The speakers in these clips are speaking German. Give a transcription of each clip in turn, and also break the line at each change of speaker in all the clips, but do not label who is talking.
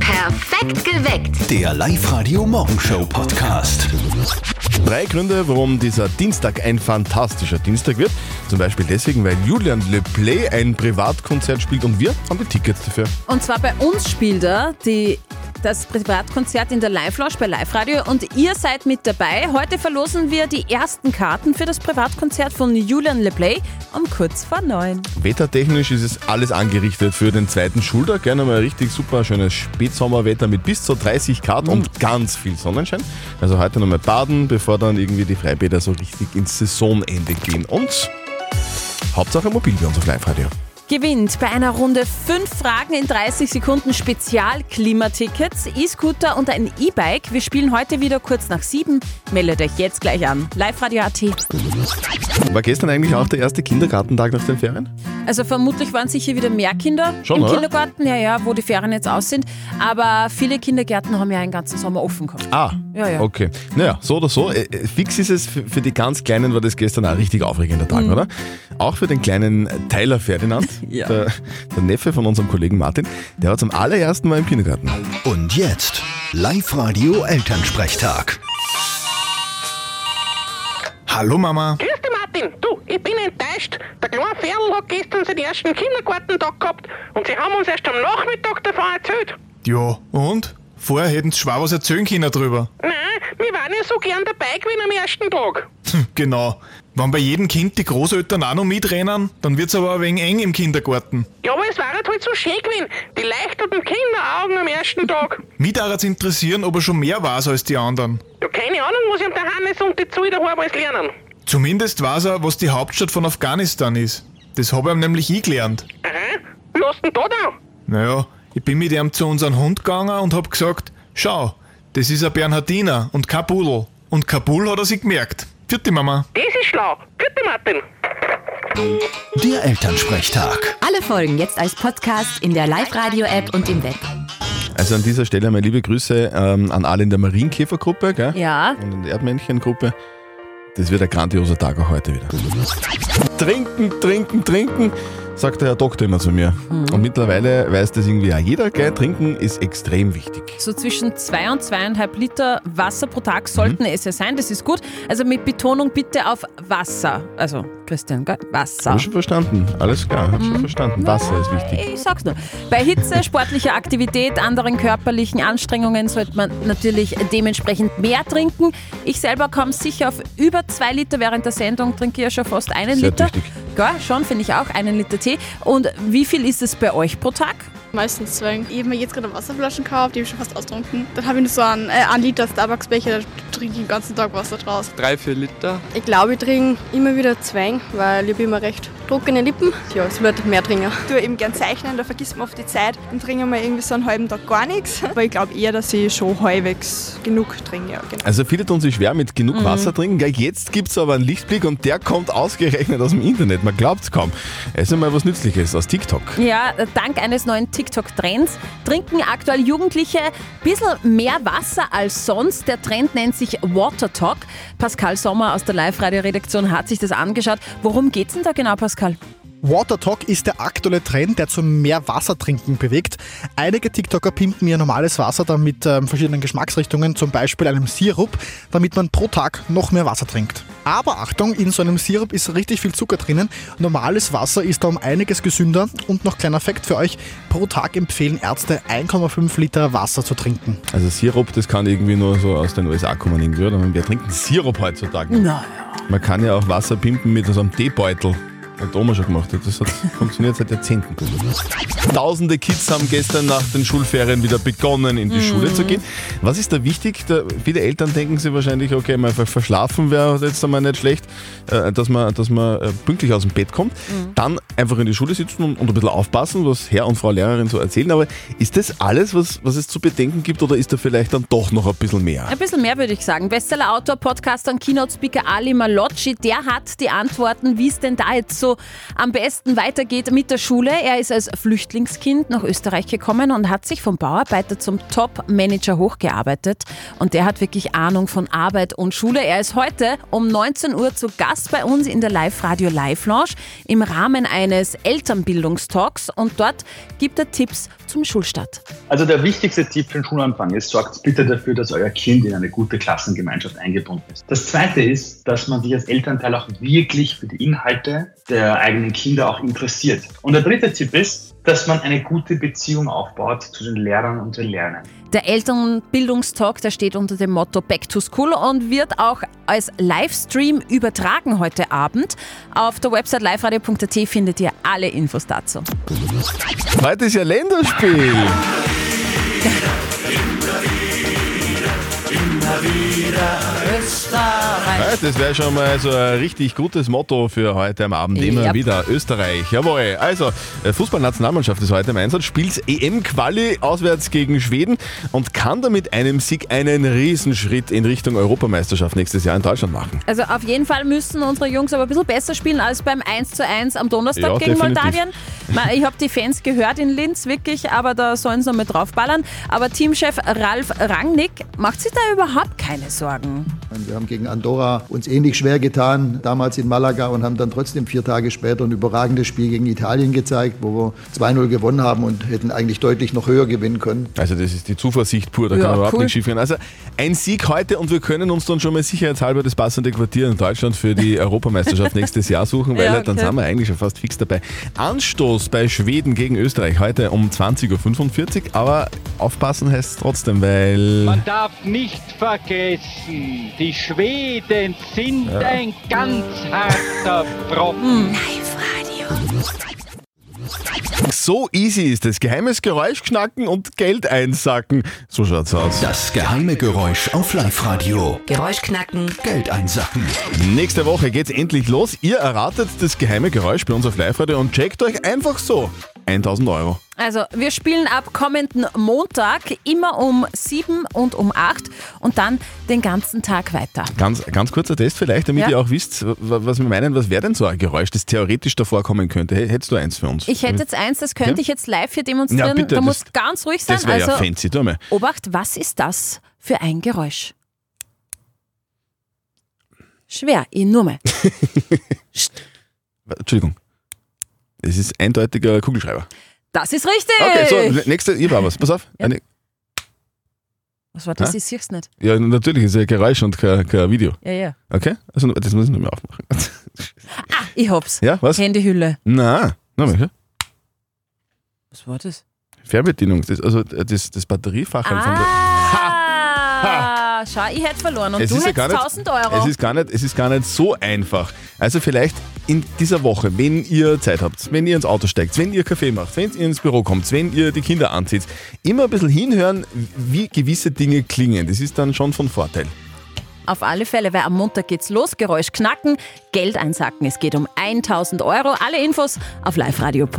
Perfekt geweckt.
Der Live-Radio-Morgenshow-Podcast.
Drei Gründe, warum dieser Dienstag ein fantastischer Dienstag wird. Zum Beispiel deswegen, weil Julian Le Play ein Privatkonzert spielt und wir haben die Tickets dafür.
Und zwar bei uns spielt er die, das Privatkonzert in der Live-Lounge bei Live Radio und ihr seid mit dabei. Heute verlosen wir die ersten Karten für das Privatkonzert von Julian Le Play um kurz vor neun.
Wettertechnisch ist es alles angerichtet für den zweiten Schultag. Gerne mal ein richtig super schönes Spätsommerwetter mit bis zu 30 Grad und ganz viel Sonnenschein. Also heute nochmal baden, bevor dann irgendwie die Freibäder so richtig ins Saisonende gehen. Und Hauptsache mobil bei uns auf Live-Radio.
Gewinnt bei einer Runde fünf Fragen in 30 Sekunden Spezial-Klimatickets, E-Scooter und ein E-Bike. Wir spielen heute wieder kurz nach sieben. Meldet euch jetzt gleich an. Live Radio AT.
War gestern eigentlich auch der erste Kindergartentag nach den Ferien?
Also vermutlich waren sicher wieder mehr Kinder
Schon,
im
oder?
Kindergarten, ja, ja, wo die Ferien jetzt aus sind. Aber viele Kindergärten haben ja einen ganzen Sommer offen gehabt.
Ah,
Ja, ja.
okay. Naja, so oder so. Äh, äh, fix ist es, für, für die ganz Kleinen war das gestern ein richtig aufregender Tag, oder? Auch für den kleinen Tyler Ferdinand,
Mhm. Ja.
der, der Neffe von unserem Kollegen Martin, der war zum allerersten Mal im Kindergarten.
Und jetzt Live-Radio Elternsprechtag.
Hallo Mama.
Grüß dich, Martin. Du, ich bin enttäuscht. Der kleine Ferl hat gestern seinen ersten Kindergartentag gehabt und sie haben uns erst am Nachmittag davon erzählt.
Ja, und? Vorher hätten sie schwer was erzählen können drüber.
Nein, wir waren ja so gern dabei gewesen am ersten Tag.
Hm, Genau. Wenn bei jedem Kind die Großeltern auch noch mitrennen, dann wird's aber ein wenig eng im Kindergarten.
Ja, aber es war halt so schön gewesen. Die leuchtenden Kinderaugen am ersten Tag.
Mich darf interessieren, ob er schon mehr weiß als die anderen.
Ja, keine Ahnung, was ihm der Hannes und die Zuhörer alles lernen.
Zumindest weiß er, was die Hauptstadt von Afghanistan ist. Das habe ich ihm nämlich ich gelernt.
Aha, lass denn da da?
Naja, ich bin mit ihm zu unserem Hund gegangen und hab gesagt, schau, das ist ein Bernhardiner und kein Pudel. Und Kabul hat er sich gemerkt. Vierte Mama.
Das ist schlau. Bitte, Martin.
Der Elternsprechtag.
Alle Folgen jetzt als Podcast in der Live-Radio-App und im Web.
Also an dieser Stelle mal liebe Grüße ähm, an alle in der Marienkäfergruppe gell?
Ja.
und in der Erdmännchengruppe. Das wird ein grandioser Tag auch heute wieder. Trinken, trinken, trinken, sagt der Herr Doktor immer zu mir.
Mhm.
Und mittlerweile weiß das irgendwie auch jeder, gell? Trinken ist extrem wichtig.
So zwischen zwei und zweieinhalb Liter Wasser pro Tag sollten
Mhm.
es ja sein, das ist gut. Also mit Betonung bitte auf Wasser. Also, Christian, gell? Wasser.
Hab ich schon verstanden. Alles klar, hab schon verstanden. Wasser ist wichtig.
Ich sag's nur. Bei Hitze, sportlicher Aktivität, anderen körperlichen Anstrengungen sollte man natürlich dementsprechend mehr trinken. Ich selber komme sicher auf über zwei Liter während der Sendung, trinke ja schon fast einen
Sehr
Liter.
tüchtig.
Ja, schon, finde ich auch, einen Liter Tee. Und wie viel ist es bei euch pro Tag?
Meistens zwei. Ich habe mir jetzt gerade Wasserflaschen gekauft, die habe ich schon fast ausgetrunken. Dann habe ich noch so einen, äh, einen Liter Starbucks-Becher, da trinke ich den ganzen Tag Wasser draus.
drei, vier Liter.
Ich glaube, ich trinke immer wieder zwei, weil ich habe immer recht trockene Lippen. Ja, es wird mehr trinken.
Ich tue eben gern zeichnen, da vergisst man oft die Zeit und trinke mal irgendwie so einen halben Tag gar nichts. Aber ich glaube eher, dass ich schon halbwegs genug trinke. Ja, genau.
Also viele tun sich schwer mit genug Wasser trinken. Gell, Jetzt gibt es aber einen Lichtblick und der kommt ausgerechnet aus dem Internet. Man glaubt's kaum. Es ist mal was Nützliches aus TikTok.
Ja, dank eines neuen TikTok-Trends trinken aktuell Jugendliche ein bisschen mehr Wasser als sonst. Der Trend nennt sich Water Talk. Pascal Sommer aus der Live-Radio-Redaktion hat sich das angeschaut. Worum geht's denn da genau, Pascal?
Water Talk ist der aktuelle Trend, der zu mehr Wassertrinken bewegt. Einige TikToker pimpen ihr normales Wasser dann mit ähm, verschiedenen Geschmacksrichtungen, zum Beispiel einem Sirup, damit man pro Tag noch mehr Wasser trinkt. Aber Achtung, in so einem Sirup ist richtig viel Zucker drinnen. Normales Wasser ist da um einiges gesünder. Und noch kleiner Fakt für euch, pro Tag empfehlen Ärzte 1,5 Liter Wasser zu trinken.
Also Sirup, das kann irgendwie nur so aus den USA kommen irgendwie, oder? Wer trinkt Sirup heutzutage?
Nein.
Man kann ja auch Wasser pimpen mit so einem Teebeutel. Hat die Oma schon gemacht. Das hat funktioniert seit Jahrzehnten. Tausende Kids haben gestern nach den Schulferien wieder begonnen, in die Schule zu gehen. Was ist da wichtig? Da, viele Eltern denken sich wahrscheinlich, okay, mal ver- verschlafen wäre jetzt einmal nicht schlecht, äh, dass man, dass man äh, pünktlich aus dem Bett kommt. Dann einfach in die Schule sitzen und, und ein bisschen aufpassen, was Herr und Frau Lehrerin so erzählen. Aber ist das alles, was, was es zu bedenken gibt oder ist da vielleicht dann doch noch ein bisschen mehr?
Ein bisschen mehr würde ich sagen. Bestseller-Autor, Podcaster und Keynote-Speaker Ali Malocci, der hat die Antworten, wie es denn da jetzt so so am besten weitergeht mit der Schule. Er ist als Flüchtlingskind nach Österreich gekommen und hat sich vom Bauarbeiter zum Top-Manager hochgearbeitet. Und der hat wirklich Ahnung von Arbeit und Schule. Er ist heute um 19 Uhr zu Gast bei uns in der Live-Radio Live-Lounge im Rahmen eines Elternbildungstalks. Und dort gibt er Tipps zum Schulstart.
Also der wichtigste Tipp für den Schulanfang ist, sorgt bitte dafür, dass euer Kind in eine gute Klassengemeinschaft eingebunden ist. Das zweite ist, dass man sich als Elternteil auch wirklich für die Inhalte der eigenen Kinder auch interessiert. Und der dritte Tipp ist, dass man eine gute Beziehung aufbaut zu den Lehrern und den Lernern.
Der Elternbildungstalk, der steht unter dem Motto Back to School und wird auch als Livestream übertragen heute Abend. Auf der Website liveradio.at findet ihr alle Infos dazu.
Heute ist ja Länderspiel. Ja, das wäre schon mal so ein richtig gutes Motto für heute am Abend. Immer
Ja.
wieder Österreich. Jawohl. Also, äh, Fußballnationalmannschaft ist heute im Einsatz, spielt EM-Quali auswärts gegen Schweden und kann damit einem Sieg einen Riesenschritt in Richtung Europameisterschaft nächstes Jahr in Deutschland machen.
Also auf jeden Fall müssen unsere Jungs aber ein bisschen besser spielen als beim 1 zu 1 am Donnerstag
Ja,
gegen
definitiv.
Moldawien. Ma- Ich habe die Fans gehört in Linz, wirklich, aber da sollen sie noch mit draufballern. Aber Teamchef Ralf Rangnick macht sich da überhaupt keine Sorgen.
Wir haben gegen Andorra uns ähnlich schwer getan, damals in Malaga und haben dann trotzdem vier Tage später ein überragendes Spiel gegen Italien gezeigt, wo wir 2-0 gewonnen haben und hätten eigentlich deutlich noch höher gewinnen können.
Also das ist die Zuversicht pur, da
Ja,
kann überhaupt
cool.
nichts schief gehen. Also ein Sieg heute und wir können uns dann schon mal sicherheitshalber das passende Quartier in Deutschland für die Europameisterschaft nächstes Jahr suchen, weil
Ja,
dann
okay.
sind wir eigentlich schon fast fix dabei. Anstoß bei Schweden gegen Österreich heute um 20.45 Uhr, aber aufpassen heißt es trotzdem, weil...
Man darf nicht vergessen, die Schweden sind
Ja.
ein ganz harter Brocken.
So easy ist es. Geheimes Geräusch knacken und Geld einsacken. So schaut's aus.
Das geheime Geräusch auf Live-Radio.
Geräusch knacken.
Geld einsacken.
Nächste Woche geht's endlich los. Ihr erratet das geheime Geräusch bei uns auf Live-Radio und checkt euch einfach so 1000 Euro.
Also, wir spielen ab kommenden Montag immer um 7 und um 8 und dann den ganzen Tag weiter.
Ganz, ganz kurzer Test vielleicht, damit
Ja.
ihr auch wisst, wa- was wir meinen. Was wäre denn so ein Geräusch, das theoretisch davor kommen könnte? H- Hättest du eins für uns?
Ich hätte jetzt eins, das könnte
Ja.
ich jetzt live hier demonstrieren.
Ja, bitte,
da
das-
muss ganz ruhig sein. Also,
Das wäre ja fancy, tu mal.
Obacht, was ist das für ein Geräusch? Schwer, ich nur mal.
Wa- Entschuldigung. Es ist eindeutiger Kugelschreiber.
Das ist richtig!
Okay, so, n- nächste, ihr war was. Pass auf. Eine,
was war das?
Hä?
Ich sehe es nicht.
ja, natürlich, ist ja ein Geräusch und kein, kein Video.
Ja, ja.
Okay? Also, das muss ich noch mal aufmachen.
Ah, ich hab's.
Ja, was?
Handyhülle.
Na, na, mal, ja.
Was war das?
Fernbedienung, das, also das, das Batteriefach. halt von der-
Ah, schau, ich hätte verloren und du
ja
hättest
gar nicht-
1000 Euro.
Es ist, gar nicht, es ist gar nicht so einfach. Also vielleicht in dieser Woche, wenn ihr Zeit habt, wenn ihr ins Auto steigt, wenn ihr Kaffee macht, wenn ihr ins Büro kommt, wenn ihr die Kinder anzieht, immer ein bisschen hinhören, wie gewisse Dinge klingen. Das ist dann schon von Vorteil.
Auf alle Fälle, weil am Montag geht's los. Geräusch knacken, Geld einsacken. Es geht um 1000 Euro. Alle Infos auf liveradio.at.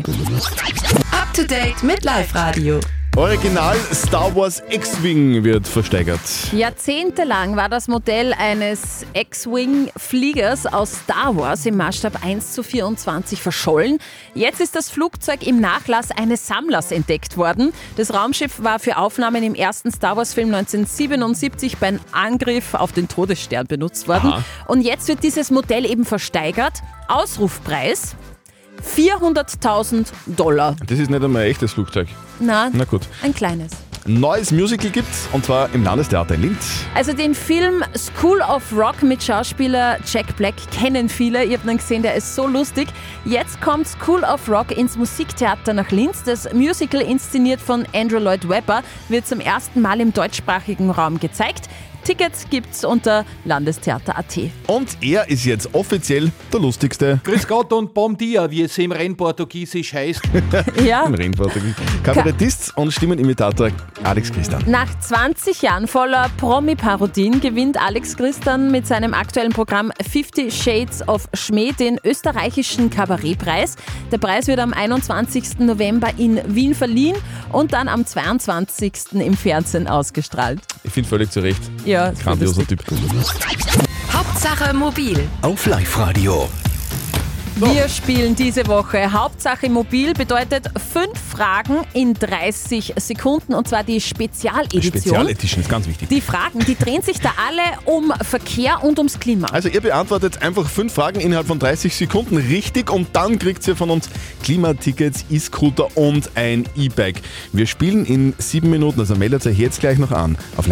Up to date mit Live Radio.
Original Star Wars X-Wing wird versteigert.
Jahrzehntelang war das Modell eines X-Wing-Fliegers aus Star Wars im Maßstab 1 zu 24 verschollen. Jetzt ist das Flugzeug im Nachlass eines Sammlers entdeckt worden. Das Raumschiff war für Aufnahmen im ersten Star Wars-Film 1977 beim Angriff auf den Todesstern benutzt worden.
Aha.
Und jetzt wird dieses Modell eben versteigert. Ausrufpreis 400.000 Dollar.
Das ist nicht einmal ein echtes Flugzeug.
Na,
Na gut.
ein kleines.
Ein neues Musical gibt's und zwar im Landestheater in Linz.
Also den Film School of Rock mit Schauspieler Jack Black kennen viele. Ihr habt ihn gesehen, der ist so lustig. Jetzt kommt School of Rock ins Musiktheater nach Linz. Das Musical, inszeniert von Andrew Lloyd Webber, wird zum ersten Mal im deutschsprachigen Raum gezeigt. Tickets gibt's unter landestheater.at.
Und er ist jetzt offiziell der lustigste.
Ah.
Grüß Gott und Bom Dia, wie es im Rennportugiesisch heißt.
Ja.
Im Rennportugies. Kabarettist und Stimmenimitator Alex Christian.
Nach 20 Jahren voller Promi-Parodien gewinnt Alex Christian mit seinem aktuellen Programm 50 Shades of Schmäh den österreichischen Kabarettpreis. Der Preis wird am 21. November in Wien verliehen und dann am 22. im Fernsehen ausgestrahlt.
Ich finde völlig zu Recht.
Ja,
Grandioser Typ.
Hauptsache mobil.
Auf Live-Radio.
Wir spielen diese Woche Hauptsache mobil, bedeutet fünf Fragen in 30 Sekunden und zwar die Spezialedition.
Spezialedition ist ganz wichtig.
Die Fragen, die drehen sich da alle um Verkehr und ums Klima.
Also ihr beantwortet einfach fünf Fragen innerhalb von 30 Sekunden richtig und dann kriegt ihr von uns Klimatickets, E-Scooter und ein E-Bike. Wir spielen in sieben Minuten, also meldet euch jetzt gleich noch an auf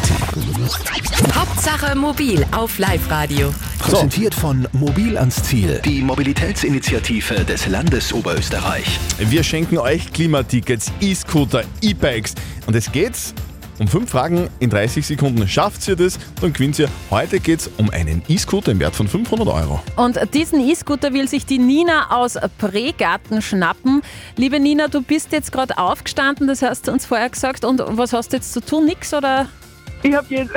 liveradio.at.
Hauptsache mobil auf Live-Radio.
Präsentiert von Mobil ans Ziel, die Mobilitätsinitiative des Landes Oberösterreich.
Wir schenken euch Klimatickets, E-Scooter, E-Bikes. Und es geht um fünf Fragen in 30 Sekunden. Schafft ihr das, dann gewinnt ihr. Heute geht es um einen E-Scooter im Wert von 500 Euro.
Und diesen E-Scooter will sich die Nina aus Pregarten schnappen. Liebe Nina, du bist jetzt gerade aufgestanden, das hast du uns vorher gesagt. Und was hast du jetzt zu tun? Nix oder?
Ich habe jetzt,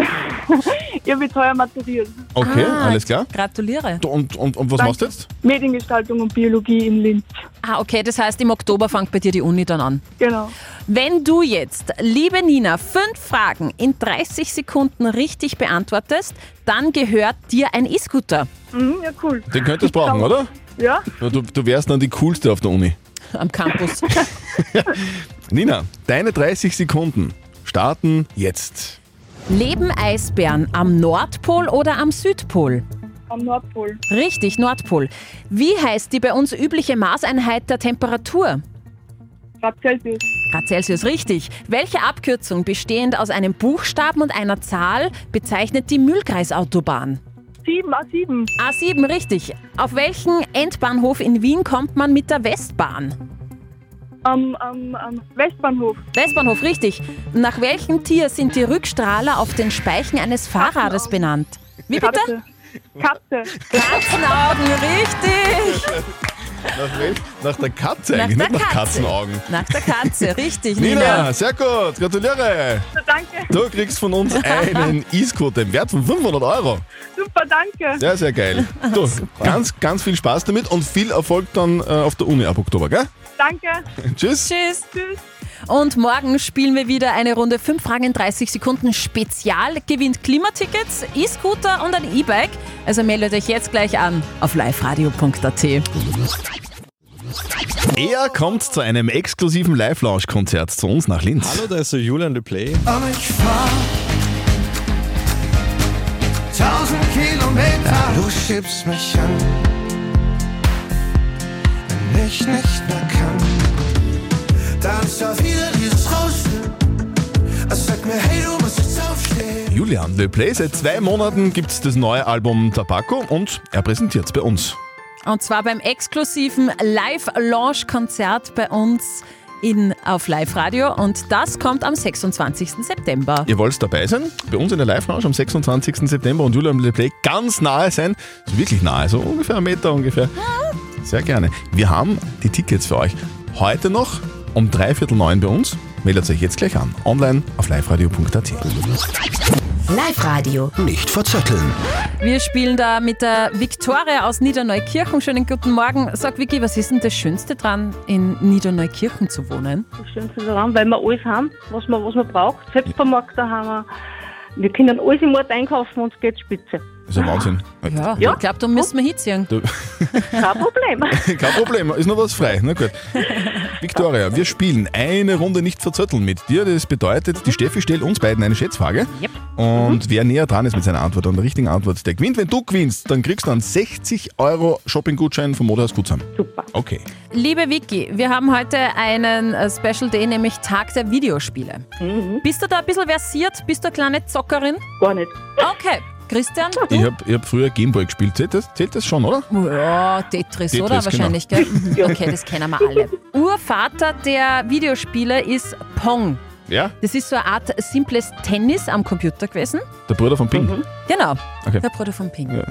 ich hab jetzt heuer maturiert.
Okay,
Ah.
alles klar.
Gratuliere.
Und, und, und was
Danke.
machst du jetzt?
Mediengestaltung und Biologie in Linz.
Ah, okay, das heißt, im Oktober fängt bei dir die Uni dann an.
Genau.
Wenn du jetzt, liebe Nina, fünf Fragen in 30 Sekunden richtig beantwortest, dann gehört dir ein E-Scooter.
Mhm, ja, cool.
Den könntest du brauchen, oder?
Ja,
Du, du wärst dann die Coolste auf der Uni.
Am Campus.
Nina, deine 30 Sekunden starten jetzt.
Leben Eisbären am Nordpol oder am Südpol?
am Nordpol.
Richtig, Nordpol. Wie heißt die bei uns übliche Maßeinheit der Temperatur?
Grad Celsius.
Grad Celsius, richtig. Welche Abkürzung bestehend aus einem Buchstaben und einer Zahl bezeichnet die Mühlkreisautobahn?
7, A7.
A7, richtig. Auf welchen Endbahnhof in Wien kommt man mit der Westbahn?
Am, am, am Westbahnhof.
Westbahnhof, richtig. Nach welchem Tier sind die Rückstrahler auf den Speichen eines Fahrrades benannt? Wie bitte?
Katze.
Katzenaugen, richtig.
Nach, wel- nach der Katze
Nach
eigentlich,
der
nicht nach
Katze.
Katzenaugen.
Nach der Katze, richtig,
Nina,
Nina.
sehr gut, gratuliere.
Danke.
Du kriegst von uns einen E-Scooter im Wert von 500 Euro.
Super, danke.
Sehr, sehr geil. Du, ganz, ganz viel Spaß damit und viel Erfolg dann äh, auf der Uni ab Oktober, gell?
Danke.
Tschüss.
Tschüss. Und morgen spielen wir wieder eine Runde 5 Fragen in 30 Sekunden Spezial. Gewinnt Klimatickets, E-Scooter und ein E-Bike. Also meldet euch jetzt gleich an auf liveradio.at.
Er kommt zu einem exklusiven Live-Lounge-Konzert zu uns nach Linz. Hallo, da ist der Julian Le Play.
Aber ich fahr 1000 Kilometer. Du schiebst mich an, wenn ich nicht mehr kann. Dann ist da wieder dieses Rauschen. Es sagt mir, hey, du musst jetzt aufstehen.
Julian Le Play, seit zwei Monaten gibt es das neue Album Tabaco und er präsentiert es bei uns.
Und zwar beim exklusiven Live-Launch-Konzert bei uns in, auf Live-Radio. Und das kommt am 26. September.
Ihr wollt dabei sein? Bei uns in der Live-Lounge am 26. September und Julian Le Play ganz nahe sein. So wirklich nahe, so ungefähr einen Meter ungefähr. Sehr gerne. Wir haben die Tickets für euch. Heute noch um drei Viertel neun bei uns. Meldet euch jetzt gleich an. Online auf liveradio.at.
Live-Radio.
Nicht verzetteln.
Wir spielen da mit der Viktoria aus Niederneukirchen. Schönen guten Morgen. Sag Vicky, was ist denn das Schönste dran, in Niederneukirchen zu wohnen?
Das Schönste daran, weil wir alles haben, was man, was man braucht. Selbstvermarkt da haben wir. Wir können alles im Ort einkaufen und es geht spitze.
Ist ja Wahnsinn.
Ja, ich glaube, da müssen wir hinziehen.
Du-
Kein Problem.
Kein Problem, ist noch was frei. Na gut. Victoria, wir spielen eine Runde nicht verzötteln mit dir. Das bedeutet, die Steffi stellt uns beiden eine Schätzfrage.
Yep. Mhm.
Und wer näher dran ist mit seiner Antwort und der richtigen Antwort, der gewinnt. Wenn du gewinnst, dann kriegst du einen 60 Euro Shopping-Gutschein vom Modehaus Gutsheim. Super. Okay.
Liebe Vicky, wir haben heute einen äh, Special Day, nämlich Tag der Videospiele. Bist du da ein bisschen versiert? Bist du eine kleine Zockerin?
Gar nicht.
Okay. Christian? du?
Ich habe ich hab früher Gameboy gespielt. Zählt das, zählt das schon, oder?
Ja, Tetris,
Tetris,
oder?
genau.
Wahrscheinlich, gell? Ja, Okay, das kennen wir alle. Urvater der Videospiele ist Pong.
Ja?
Das ist so eine Art simples Tennis am Computer gewesen.
Der Bruder von Ping.
Genau,
Okay.
der Bruder von Ping.
Ja.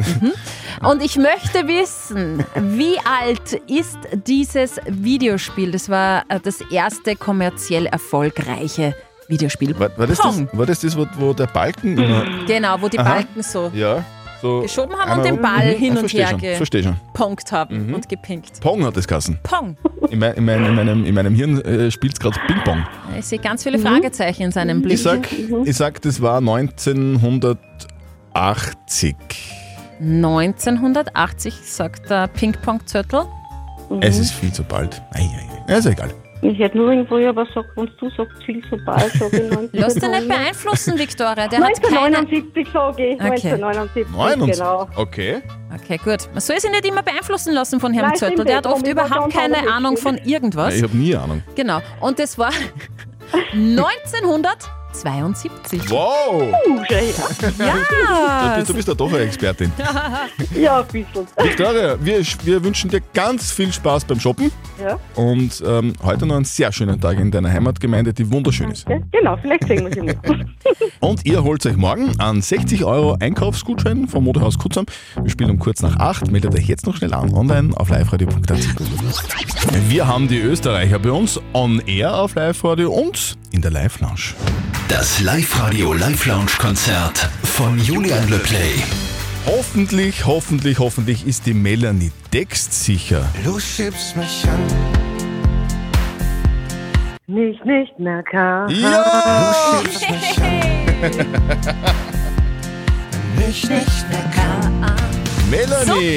Und ich möchte wissen, wie alt ist dieses Videospiel? Das war äh, das erste kommerziell erfolgreiche Videospiel.
War, war, das das,
Pong.
war das das, wo, wo der Balken immer...
Genau, wo die
Aha.
Balken so
Ja. So
geschoben haben und
einmal-
den Ball
Mhm,
hin
ja,
und
versteh
her
schon, Verstehe schon.
geponkt
Mhm.
haben und gepinkt.
Pong hat das Kassen.
Pong.
In, mein, in, mein, in, meinem, in meinem Hirn äh, spielt es gerade Ping-Pong.
Ich sehe ganz viele Fragezeichen in seinem
Mhm,
Blick.
Ich sag, ich sag, das war 1980.
1980, sagt der Ping-Pong-Zörtel.
Mhm.
Es ist viel zu bald. Ei, ei, ei. Ist ja egal.
Ich hätte nur irgendwo aber gesagt, wenn du sagst, viel zu bald, sag ich 1900.
Lass dich nicht beeinflussen, Viktoria. Der hat keine
1979 sage ich,
Okay.
1979, genau.
Okay.
Okay, gut. Man soll sich nicht immer beeinflussen lassen von Herrn
Nein,
Zörtel.
stimmt,
Der hat
jetzt
oft
komm, ich war
überhaupt
ganz anders
keine
jetzt.
Ahnung von irgendwas.
Ich habe nie Ahnung.
Genau. Und das war 1972.
Wow!
Ja!
Du, du bist ja doch eine Expertin.
Ja, ein bisschen.
Victoria, wir, wir wünschen dir ganz viel Spaß beim Shoppen
Ja,
und ähm, heute noch einen sehr schönen Tag in deiner Heimatgemeinde, die wunderschön ist.
ja, genau, vielleicht sehen wir sie mal.
Und ihr holt euch morgen an 60 Euro Einkaufsgutschein vom Modehaus Kutzam. Wir spielen um kurz nach 8. Meldet euch jetzt noch schnell an online auf liveradio.at. Wir haben die Österreicher bei uns on air auf Live-Radio und in der Live-Lounge.
Das Live-Radio Live-Lounge-Konzert von Julian Le Play.
Hoffentlich, hoffentlich, hoffentlich ist die Melanie textsicher.
Du schiebst mich an.
Mich nicht mehr kann.
Ja!
Du schiebst mich an. Wenn ich nicht mehr kann.
Melanie!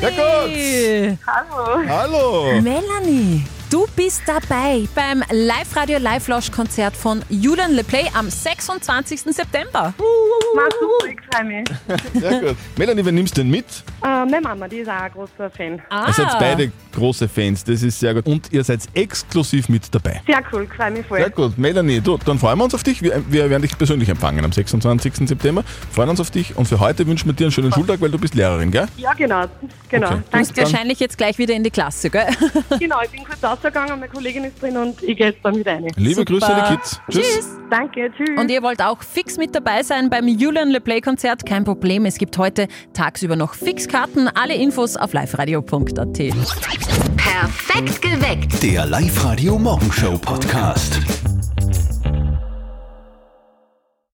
Ja, gut.
Hallo.
Hallo!
Melanie, du bist dabei beim Live-Radio Live-Lounge-Konzert von Julian Le Play am 26. September.
Uh,
Mach super, ich freue mich.
Sehr gut. Melanie, wen nimmst du denn mit?
Äh, meine Mama, die ist auch ein großer Fan.
Ah.
Ihr seid beide große Fans, das ist sehr gut. Und ihr seid exklusiv mit dabei.
Sehr cool, freue mich voll.
Sehr gut, Melanie, du, dann freuen wir uns auf dich. Wir, wir werden dich persönlich empfangen am 26. September. Freuen uns auf dich und für heute wünschen wir dir einen schönen Schultag, weil du bist Lehrerin, gell?
Ja, genau. genau.
Okay.
Du musst wahrscheinlich jetzt gleich wieder in die Klasse, gell?
genau, ich bin kurz rausgegangen, meine Kollegin ist drin und ich gehe jetzt dann wieder rein.
Liebe Grüße an die Kids. Tschüss.
Danke, tschüss.
Und ihr wollt auch fix mit dabei sein beim Julian Le Play Konzert? Kein Problem, es gibt heute tagsüber noch Fixkarten. Alle Infos auf liveradio.at.
Perfekt geweckt.
Der Live-Radio Morgenshow Podcast.